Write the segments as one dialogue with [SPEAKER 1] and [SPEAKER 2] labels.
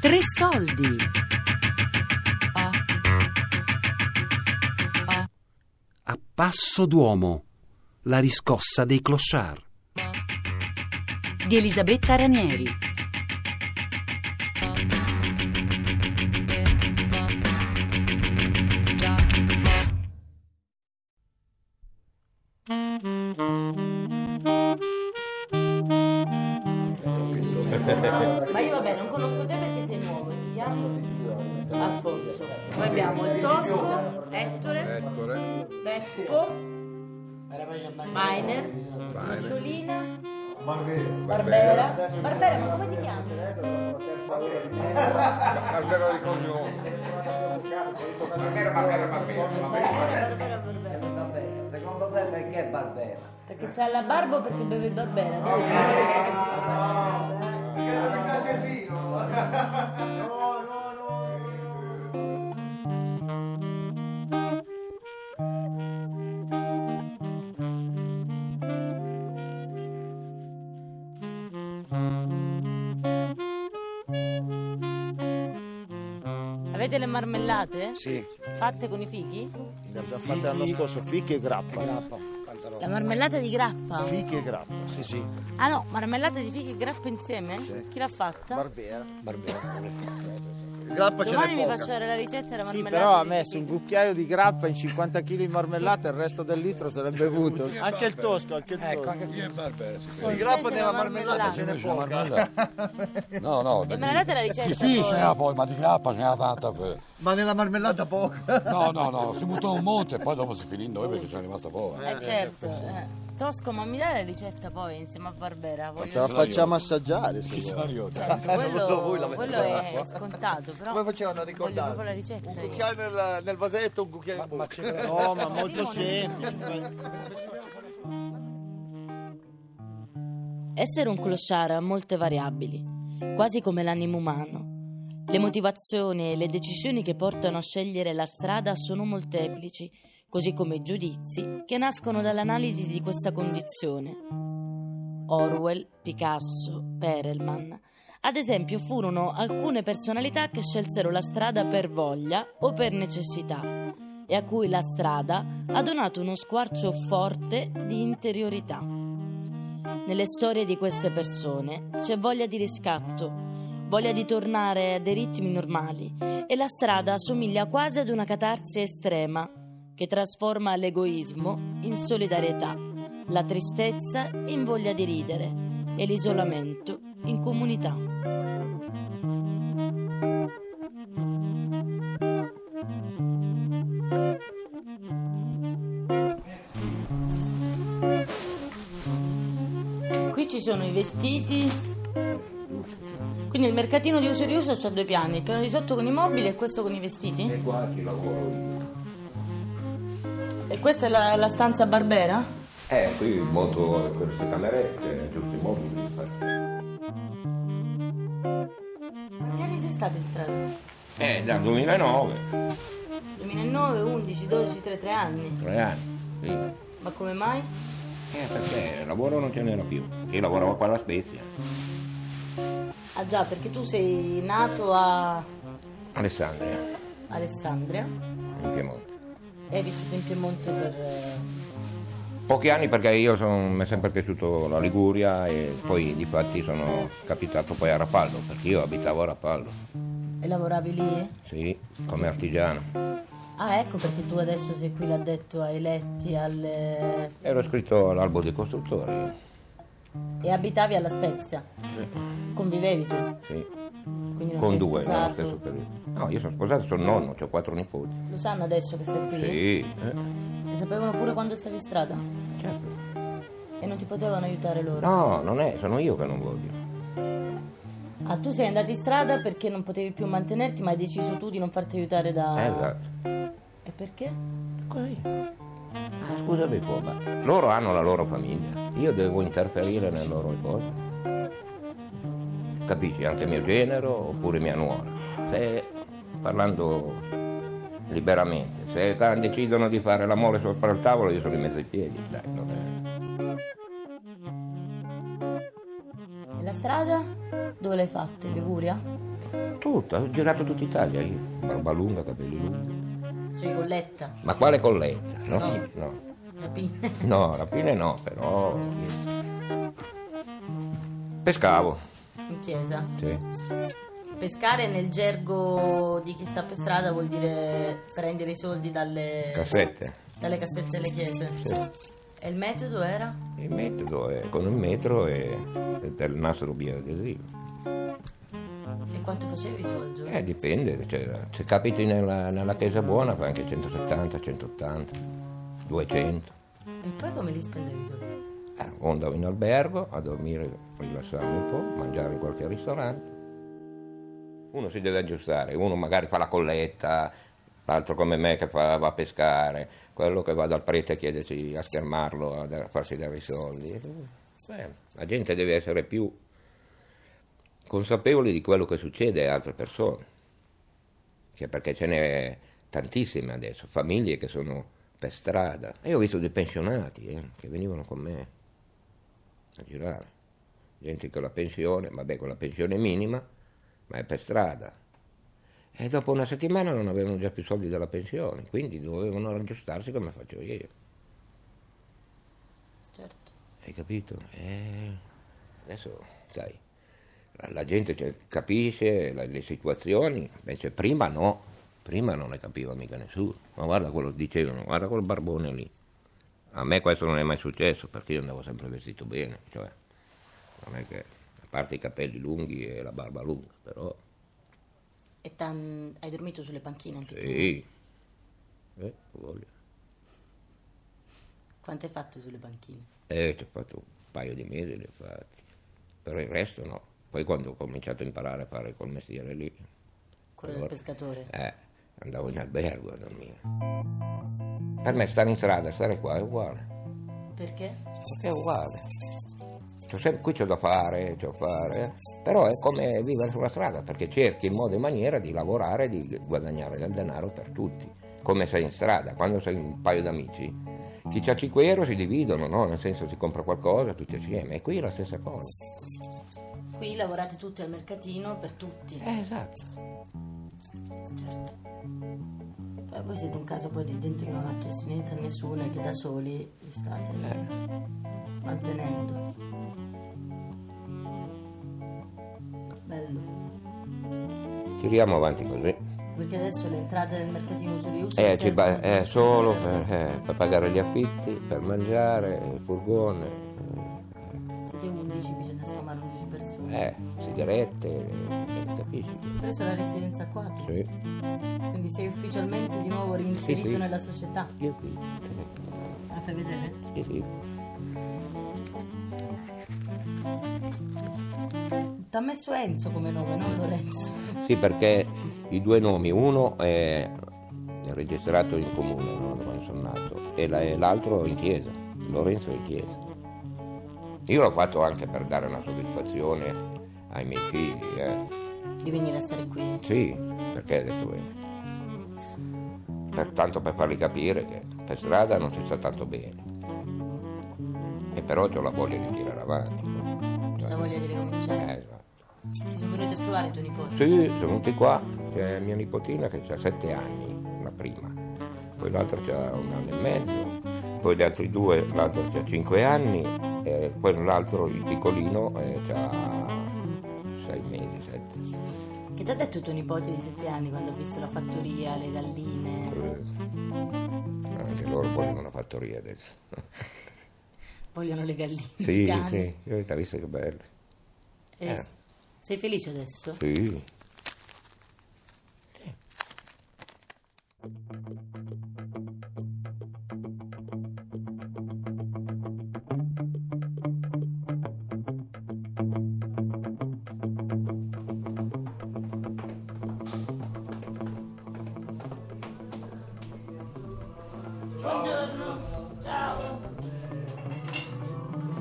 [SPEAKER 1] Tre soldi.
[SPEAKER 2] a passo d'uomo la riscossa dei clochard.
[SPEAKER 1] Di Elisabetta Ranieri.
[SPEAKER 3] Ma Ah, io vabbè non conosco te perché sei nuovo, ti chiami? Alfonso. Poi abbiamo il Tosco, Ettore,
[SPEAKER 4] Ettore,
[SPEAKER 3] Beppo, Mainer, Nocciolina, Barbera. Barbera, ma come ti chiami?
[SPEAKER 4] Barbero di cognome.
[SPEAKER 5] Barbero, Barbero, Barbero.
[SPEAKER 3] Barbera, Barbera, Barbera.
[SPEAKER 6] Barbera. Secondo te perché Barbera?
[SPEAKER 3] Perché c'ha la barba o perché beve il Barbera? Dove c'è?
[SPEAKER 7] Avete le marmellate?
[SPEAKER 5] Sì,
[SPEAKER 7] Fatte con i fichi?
[SPEAKER 8] Le abbiamo fatte l'anno scorso, fichi e grappa.
[SPEAKER 7] La marmellata di grappa?
[SPEAKER 8] Fichi e grappa. Sì, sì.
[SPEAKER 7] Ah no, marmellata di fichi e grappa insieme? Chi l'ha fatta?
[SPEAKER 8] Barbera.
[SPEAKER 5] grappa ce
[SPEAKER 7] Domani
[SPEAKER 5] n'è
[SPEAKER 7] mi
[SPEAKER 5] poca.
[SPEAKER 7] faccio vedere la ricetta della
[SPEAKER 8] Sì,
[SPEAKER 7] marmellata.
[SPEAKER 8] però ha
[SPEAKER 7] di
[SPEAKER 8] messo un
[SPEAKER 7] fichi.
[SPEAKER 8] cucchiaio di grappa in 50 kg di marmellata e il resto del litro sarebbe bevuto. Anche il tosco, Ecco, anche il tosco.
[SPEAKER 5] Di grappa della marmellata
[SPEAKER 7] Eh,
[SPEAKER 5] ce n'è poca.
[SPEAKER 9] No, no,
[SPEAKER 7] E me la date la ricetta?
[SPEAKER 9] Sì, ce
[SPEAKER 7] poi?
[SPEAKER 9] n'era poi, ma di grappa ce n'era tanta. per-
[SPEAKER 5] Ma nella marmellata poca.
[SPEAKER 9] No, no, no, si buttò un monte e poi dopo si finì in noi perché ci è rimasta poca.
[SPEAKER 7] Eh certo. eh. Tosco, ma mi dai la ricetta poi insieme a Barbera?
[SPEAKER 8] Te
[SPEAKER 7] Voglio... Certo,
[SPEAKER 8] la facciamo assaggiare. se vuoi.
[SPEAKER 7] Quello,
[SPEAKER 5] lo so, voi l'avete
[SPEAKER 7] quello è scontato, però.
[SPEAKER 5] Come facevano a
[SPEAKER 7] Voglio proprio la
[SPEAKER 5] ricordarsi?
[SPEAKER 7] ricetta.
[SPEAKER 5] Un
[SPEAKER 7] io.
[SPEAKER 5] cucchiaio nel, nel vasetto, un cucchiaio in bocca.
[SPEAKER 8] No, ma molto semplice.
[SPEAKER 7] Essere un clochard ha molte variabili, quasi come l'animo umano. Le motivazioni e le decisioni che portano a scegliere la strada sono molteplici, così come i giudizi che nascono dall'analisi di questa condizione. Orwell, Picasso, Perelman, ad esempio, furono alcune personalità che scelsero la strada per voglia o per necessità e a cui la strada ha donato uno squarcio forte di interiorità. Nelle storie di queste persone c'è voglia di riscatto, voglia di tornare a dei ritmi normali e la strada assomiglia quasi ad una catarsi estrema che trasforma l'egoismo in solidarietà, la tristezza in voglia di ridere e l'isolamento in comunità. Qui ci sono i vestiti. Quindi il mercatino di uso e riuso c'ha due piani, il piano di sotto con i mobili e questo con i vestiti. E qua ci lavoro io. E questa è la, la stanza Barbera?
[SPEAKER 10] Eh, qui molto queste camerette, tutti i mobili.
[SPEAKER 7] Quanti anni sei stata in strada?
[SPEAKER 10] Eh, dal 2009,
[SPEAKER 7] 2009, 11, 12, 3, 3 anni.
[SPEAKER 10] tre anni. Sì. Eh,
[SPEAKER 7] Ma come mai?
[SPEAKER 10] perché lavoro non ce n'era più. Io lavoravo qua alla Spezia.
[SPEAKER 7] Ah già, perché tu sei nato a
[SPEAKER 10] Alessandria,
[SPEAKER 7] Alessandria
[SPEAKER 10] in Piemonte.
[SPEAKER 7] e hai vissuto in Piemonte per... eh,
[SPEAKER 10] Pochi anni perché io son- mi è sempre piaciuto la Liguria e poi di fatti sono capitato poi a Rapallo, perché io abitavo a Rapallo,
[SPEAKER 7] e lavoravi lì?
[SPEAKER 10] sì, come artigiano.
[SPEAKER 7] Ah ecco perché tu adesso sei qui, l'ha detto ai letti, alle...
[SPEAKER 10] Ero iscritto all'albo dei costruttori,
[SPEAKER 7] E abitavi alla Spezia? Convivevi tu?
[SPEAKER 10] sì,
[SPEAKER 7] Quindi non
[SPEAKER 10] con
[SPEAKER 7] sei
[SPEAKER 10] due nello
[SPEAKER 7] sposato?
[SPEAKER 10] stesso periodo. No, io sono sposato, sono nonno, ho quattro nipoti.
[SPEAKER 7] Lo sanno adesso che sei qui?
[SPEAKER 10] Sì, eh,
[SPEAKER 7] E sapevano pure quando stavi in strada?
[SPEAKER 10] certo.
[SPEAKER 7] E non ti potevano aiutare loro?
[SPEAKER 10] No, non è, sono io che non voglio.
[SPEAKER 7] Ah, tu sei andato in strada perché non potevi più mantenerti, ma hai deciso tu di non farti aiutare da...
[SPEAKER 10] Eh, esatto.
[SPEAKER 7] E perché?
[SPEAKER 10] Così. Ah, scusami un po', ma loro hanno la loro famiglia. Io devo interferire nelle loro cose. Capisci? Anche mio genero oppure mia nuora. Se, parlando liberamente, se ca- decidono di fare l'amore sopra il tavolo, io sono in mezzo ai piedi. Dai, non è-
[SPEAKER 7] E la strada? Dove l'hai fatta? In Liguria?
[SPEAKER 10] Tutta, ho girato tutta Italia io. Barba lunga, capelli lunghi.
[SPEAKER 7] Cioè Colletta,
[SPEAKER 10] Ma quale colletta? No, no. No,
[SPEAKER 7] capì?
[SPEAKER 10] rapine no, però. Pescavo.
[SPEAKER 7] In chiesa.
[SPEAKER 10] Sì.
[SPEAKER 7] Pescare nel gergo di chi sta per strada vuol dire prendere i soldi dalle
[SPEAKER 10] Cassette.
[SPEAKER 7] dalle cassette delle chiese.
[SPEAKER 10] Sì.
[SPEAKER 7] E il metodo era?
[SPEAKER 10] Il metodo è con il metro e e del nastro via del Rio.
[SPEAKER 7] E quanto facevi tu al giorno?
[SPEAKER 10] Eh, dipende, cioè, se capiti nella, nella chiesa buona fai anche 170, 180, 200.
[SPEAKER 7] E poi come li spendevi i soldi?
[SPEAKER 10] Eh, o andavo in albergo a dormire, rilassarmi un po', mangiare in qualche ristorante. Uno si deve aggiustare, uno magari fa la colletta, l'altro come me che fa- va a pescare, quello che va dal prete a chiedersi a schermarlo, a, da- farsi dare i soldi. Beh, la gente deve essere più consapevole di quello che succede a altre persone, Cioè, perché ce n'è tantissime adesso, famiglie che sono per strada. Io ho visto dei pensionati eh, che venivano con me a girare, gente con la pensione, vabbè con la pensione minima, ma è per strada. E dopo una settimana non avevano già più soldi della pensione, quindi dovevano aggiustarsi come faccio io.
[SPEAKER 7] Certo.
[SPEAKER 10] Hai capito? Eh, adesso, sai, la, la gente cioè, capisce la- le situazioni, invece prima no, prima non le capiva mica nessuno. Ma guarda quello dicevano, guarda quel barbone lì. A me questo non è mai successo perché io andavo sempre vestito bene, cioè, non è che, a parte i capelli lunghi e la barba lunga, però,
[SPEAKER 7] E tan- hai dormito sulle panchine anche
[SPEAKER 10] sì, eh, voglio.
[SPEAKER 7] tu? Quanto hai fatto sulle panchine?
[SPEAKER 10] Eh, ci ho fatto un paio di mesi, li ho fatti. Per il resto no. Poi quando ho cominciato a imparare a fare quel mestiere lì,
[SPEAKER 7] Quello del
[SPEAKER 10] Allora.
[SPEAKER 7] pescatore.
[SPEAKER 10] eh, andavo in albergo a dormire. Per me stare in strada, stare qua è uguale. Eh.
[SPEAKER 7] Perché?
[SPEAKER 10] Perché è uguale. C'ho sempre- qui c'ho da fare, c'ho da fare. eh. Però è come vivere sulla strada, perché cerchi in modo e maniera di lavorare, di guadagnare del denaro per tutti. Come sei in strada, quando sei un paio d'amici, chi c'ha 5 euro si dividono, no? Nel senso si compra qualcosa tutti assieme. E qui è la stessa cosa.
[SPEAKER 7] Qui lavorate tutti al mercatino per tutti.
[SPEAKER 10] Eh, esatto.
[SPEAKER 7] Certo. E voi siete un caso poi di gente che non ha chiesto niente a nessuno e che da soli vi state
[SPEAKER 10] Eh.
[SPEAKER 7] mantenendo. Bello.
[SPEAKER 10] Tiriamo avanti così.
[SPEAKER 7] Perché adesso le entrate del mercatino se le usa
[SPEAKER 10] Eh, ti ba- eh, solo per, eh, per pagare gli affitti, per mangiare, il furgone,
[SPEAKER 7] Siete 11, bisogna sfamare 11 persone.
[SPEAKER 10] eh, sigarette, eh, capisci?
[SPEAKER 7] Hai preso la residenza qua tu?
[SPEAKER 10] Sì,
[SPEAKER 7] Quindi sei ufficialmente di nuovo reinserito
[SPEAKER 10] Sì, sì.
[SPEAKER 7] nella società.
[SPEAKER 10] io qui,
[SPEAKER 7] La fai vedere?
[SPEAKER 10] sì, sì.
[SPEAKER 7] T'ha messo Enzo come nome, non Lorenzo.
[SPEAKER 10] Sì, perché i due nomi, uno è registrato in comune no, da quando sono nato e la- e l'altro in chiesa, Lorenzo in chiesa. Io l'ho fatto anche per dare una soddisfazione ai miei figli, eh.
[SPEAKER 7] Di venire a stare qui.
[SPEAKER 10] Sì, perché hai detto bene. Pertanto per fargli capire che per strada non si sta tanto bene. E però ho la voglia di tirare avanti.
[SPEAKER 7] La voglia di ricominciare.
[SPEAKER 10] Eh, esatto.
[SPEAKER 7] Ti sono venuti a trovare tuo nipote.
[SPEAKER 10] Sì, sono venuti qua, c'è mia nipotina che ha sette anni, la prima, poi l'altra ha un anno e mezzo, poi gli altri due, l'altro ha cinque anni, e poi l'altro, il piccolino, ha sei mesi, sette.
[SPEAKER 7] Che ti ha detto tuo nipote di 7 anni quando ha visto la fattoria, le galline?
[SPEAKER 10] Eh, Anche loro vogliono una fattoria adesso.
[SPEAKER 7] Vogliono le galline. i
[SPEAKER 10] Sì,
[SPEAKER 7] cani.
[SPEAKER 10] sì, io ti ho visto che belle.
[SPEAKER 7] Eh,
[SPEAKER 10] Eh.
[SPEAKER 7] Sei felice adesso?
[SPEAKER 10] Sì.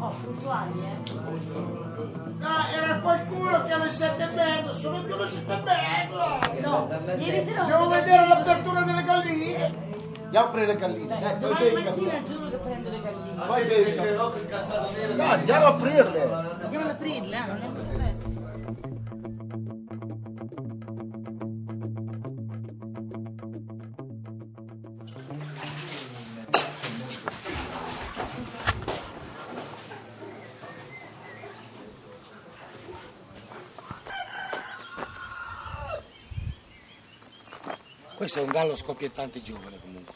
[SPEAKER 3] Oh, puntuali, eh.
[SPEAKER 11] No, Ah, era qualcuno che alle sette e mezzo, sono più le sette e mezzo!
[SPEAKER 3] No, ieri sera
[SPEAKER 11] Devo vedere l'apertura delle galline!
[SPEAKER 8] Andiamo a prendere le galline, dai,
[SPEAKER 7] "Ah,
[SPEAKER 8] poi
[SPEAKER 3] Domani
[SPEAKER 8] bevi il caffè.
[SPEAKER 3] mattina giuro che prendo le galline.
[SPEAKER 8] Poi bevi il caffè. No, andiamo a aprirle.
[SPEAKER 3] Andiamo ad aprirle, eh? Non è corretto.
[SPEAKER 12] Questo è un gallo scoppiettante giovane comunque.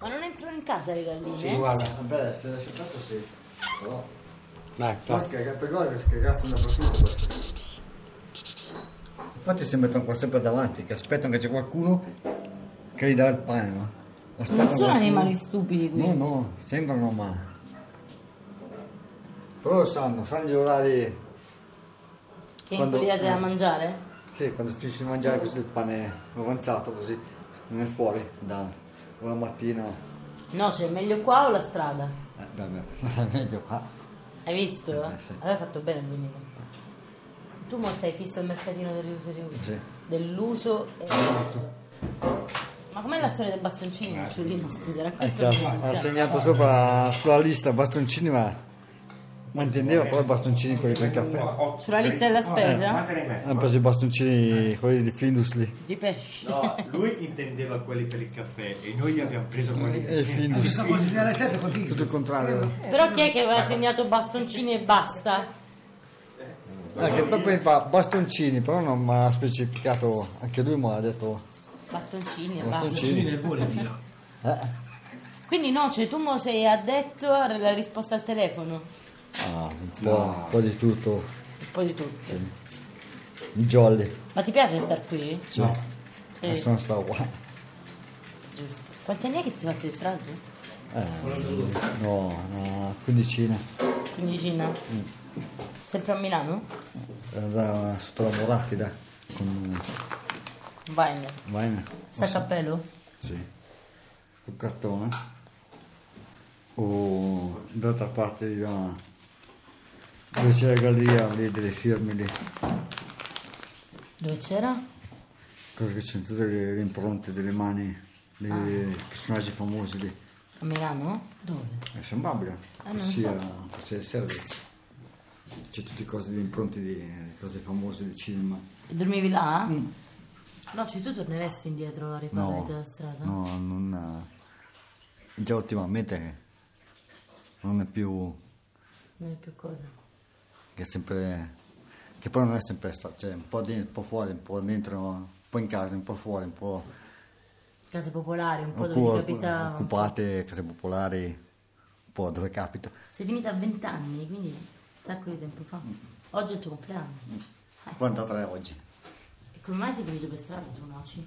[SPEAKER 7] Ma non entrano in casa le galline?
[SPEAKER 12] Sì, guarda.
[SPEAKER 5] Vabbè, se l'hai cercato sì. Però...
[SPEAKER 12] Dai,
[SPEAKER 5] Ma scherzo, però che scherzo dappertutto questo. Infatti si mettono qua sempre davanti, che aspettano che c'è qualcuno che gli dà il pane, no? Aspettano
[SPEAKER 7] Non sono
[SPEAKER 5] qualcuno.
[SPEAKER 7] animali stupidi qui.
[SPEAKER 5] No, no, sembrano ma... Però lo sanno, sanno gli orari...
[SPEAKER 7] Che in quelli da
[SPEAKER 5] eh,
[SPEAKER 7] mangiare?
[SPEAKER 5] Sì, quando finisci di mangiare così il pane avanzato così, non è fuori da una mattina.
[SPEAKER 7] No, c'è meglio qua o la strada?
[SPEAKER 5] Eh, vabbè, è meglio qua.
[SPEAKER 7] Hai visto? Eh, Allora hai fatto bene a venire. Tu mo stai fisso al mercatino dell'uso e riuso.
[SPEAKER 5] Sì.
[SPEAKER 7] Dell'uso e Ma com'è la storia del bastoncino? Giulino, scusa,
[SPEAKER 5] Ecco, ha
[SPEAKER 7] raccontami.
[SPEAKER 5] segnato sopra sulla lista bastoncini, ma non intendeva però i bastoncini quelli per il caffè.
[SPEAKER 7] Sulla lista della spesa?
[SPEAKER 5] Hanno preso i bastoncini quelli di Findus lì.
[SPEAKER 7] Di pesci.
[SPEAKER 13] No, lui intendeva quelli per il caffè e noi gli abbiamo preso quelli
[SPEAKER 5] E i Eh, Findus. Tutto il contrario.
[SPEAKER 7] Però chi è che aveva segnato bastoncini e basta?
[SPEAKER 5] Eh, che poi poi fa bastoncini, però non mi ha specificato, anche lui mi ha detto
[SPEAKER 7] Bastoncini e
[SPEAKER 5] bastoncini.
[SPEAKER 7] basta.
[SPEAKER 5] Eh,
[SPEAKER 7] Quindi no, cioè tu mo sei addetto alla risposta al telefono.
[SPEAKER 5] ah, un po', un po' di tutto,
[SPEAKER 7] Un po' di tutto.
[SPEAKER 5] un jolly.
[SPEAKER 7] Ma ti piace star qui?
[SPEAKER 5] Sì.
[SPEAKER 7] Sì.
[SPEAKER 5] Adesso non stavo qua.
[SPEAKER 7] Giusto. Quanti anni è che ti fate il strage?
[SPEAKER 5] Eh, no, una quindicina.
[SPEAKER 7] Quindicina? Sempre a Milano?
[SPEAKER 5] Andava sotto la moracchida con
[SPEAKER 7] Vai.
[SPEAKER 5] Vaina.
[SPEAKER 7] Sta a cappello?
[SPEAKER 5] Sì. Col cartone. O d'altra parte io dove c'è la galleria lì delle firme lì.
[SPEAKER 7] Dove c'era?
[SPEAKER 5] Cosa che c'è tutte le, le impronte delle mani dei
[SPEAKER 7] Ah.
[SPEAKER 5] personaggi famosi lì.
[SPEAKER 7] A Milano? Dove?
[SPEAKER 5] È sembrabile.
[SPEAKER 7] Ah, non
[SPEAKER 5] sia
[SPEAKER 7] so.
[SPEAKER 5] c'è serve. C'è tutte cose di impronte di di cose famose del cinema.
[SPEAKER 7] E dormivi là? No, cioè tu torneresti indietro a rifare
[SPEAKER 5] No.
[SPEAKER 7] la tua strada?
[SPEAKER 5] No, non. eh, Già ultimamente non è più
[SPEAKER 7] Non è più cosa.
[SPEAKER 5] che è sempre che poi non è sempre stato, cioè un po', di, un po' fuori, un po' dentro, un po' in casa, un po' fuori, un po'
[SPEAKER 7] Case popolari, un po'
[SPEAKER 5] occu-
[SPEAKER 7] dove ti capita...
[SPEAKER 5] occupate, case popolari, un po' dove capita.
[SPEAKER 7] Sei finita a 20 anni, quindi un sacco di tempo fa. Oggi è il tuo compleanno.
[SPEAKER 5] 43 oggi.
[SPEAKER 7] E come mai sei finito per strada tu, Noci?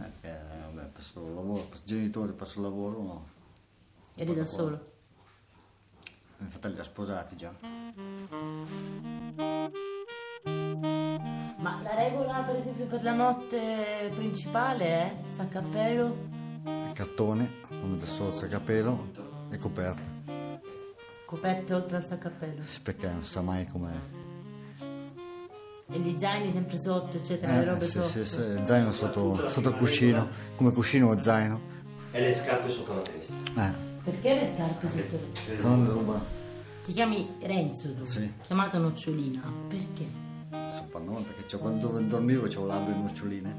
[SPEAKER 5] Eh, eh, vabbè, passo il lavoro, passo i genitori, passo il lavoro, no.
[SPEAKER 7] Eri da
[SPEAKER 5] Guarda qua.
[SPEAKER 7] solo.
[SPEAKER 5] I miei fratelli li ha sposati già.
[SPEAKER 7] Ma la regola, per esempio, per la notte principale è saccappello,
[SPEAKER 5] Il cartone, come da solo il capello e coperto,
[SPEAKER 7] coperte oltre al saccappello.
[SPEAKER 5] perché non sa mai com'è.
[SPEAKER 7] E gli zaini sempre sotto, eccetera, le
[SPEAKER 5] Eh,
[SPEAKER 7] robe
[SPEAKER 5] sì,
[SPEAKER 7] sotto.
[SPEAKER 5] sì, sì, zaino sotto, sotto il cuscino, come cuscino o zaino.
[SPEAKER 14] E le scarpe sopra la testa.
[SPEAKER 5] Eh,
[SPEAKER 7] Perché le scarpe sotto?
[SPEAKER 5] sono roba.
[SPEAKER 7] Ti chiami Renzo tu?
[SPEAKER 5] Sì.
[SPEAKER 7] Chiamato Nocciolina. Perché?
[SPEAKER 5] Soprannome perché c'ho- quando dove dormivo c'avevo labbra e noccioline.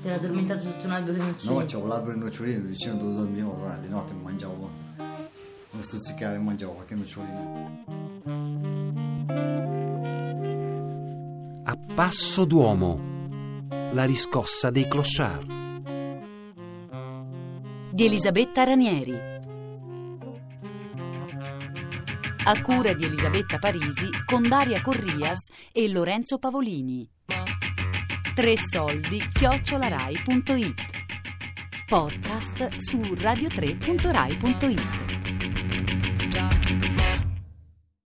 [SPEAKER 7] Ti era addormentato sotto un albero di
[SPEAKER 5] No,
[SPEAKER 7] nocciolina?
[SPEAKER 5] c'avevo labbra e noccioline vicino dove dormivo, allora di notte mi mangiavo. Non stuzzicare, mangiavo qualche nocciolina.
[SPEAKER 2] A passo d'uomo. La riscossa dei clochard.
[SPEAKER 1] di Elisabetta Ranieri. A cura di Elisabetta Parisi con Daria Corrias e Lorenzo Pavolini. Tre soldi chiocciolarai.it Podcast su radiotre.rai.it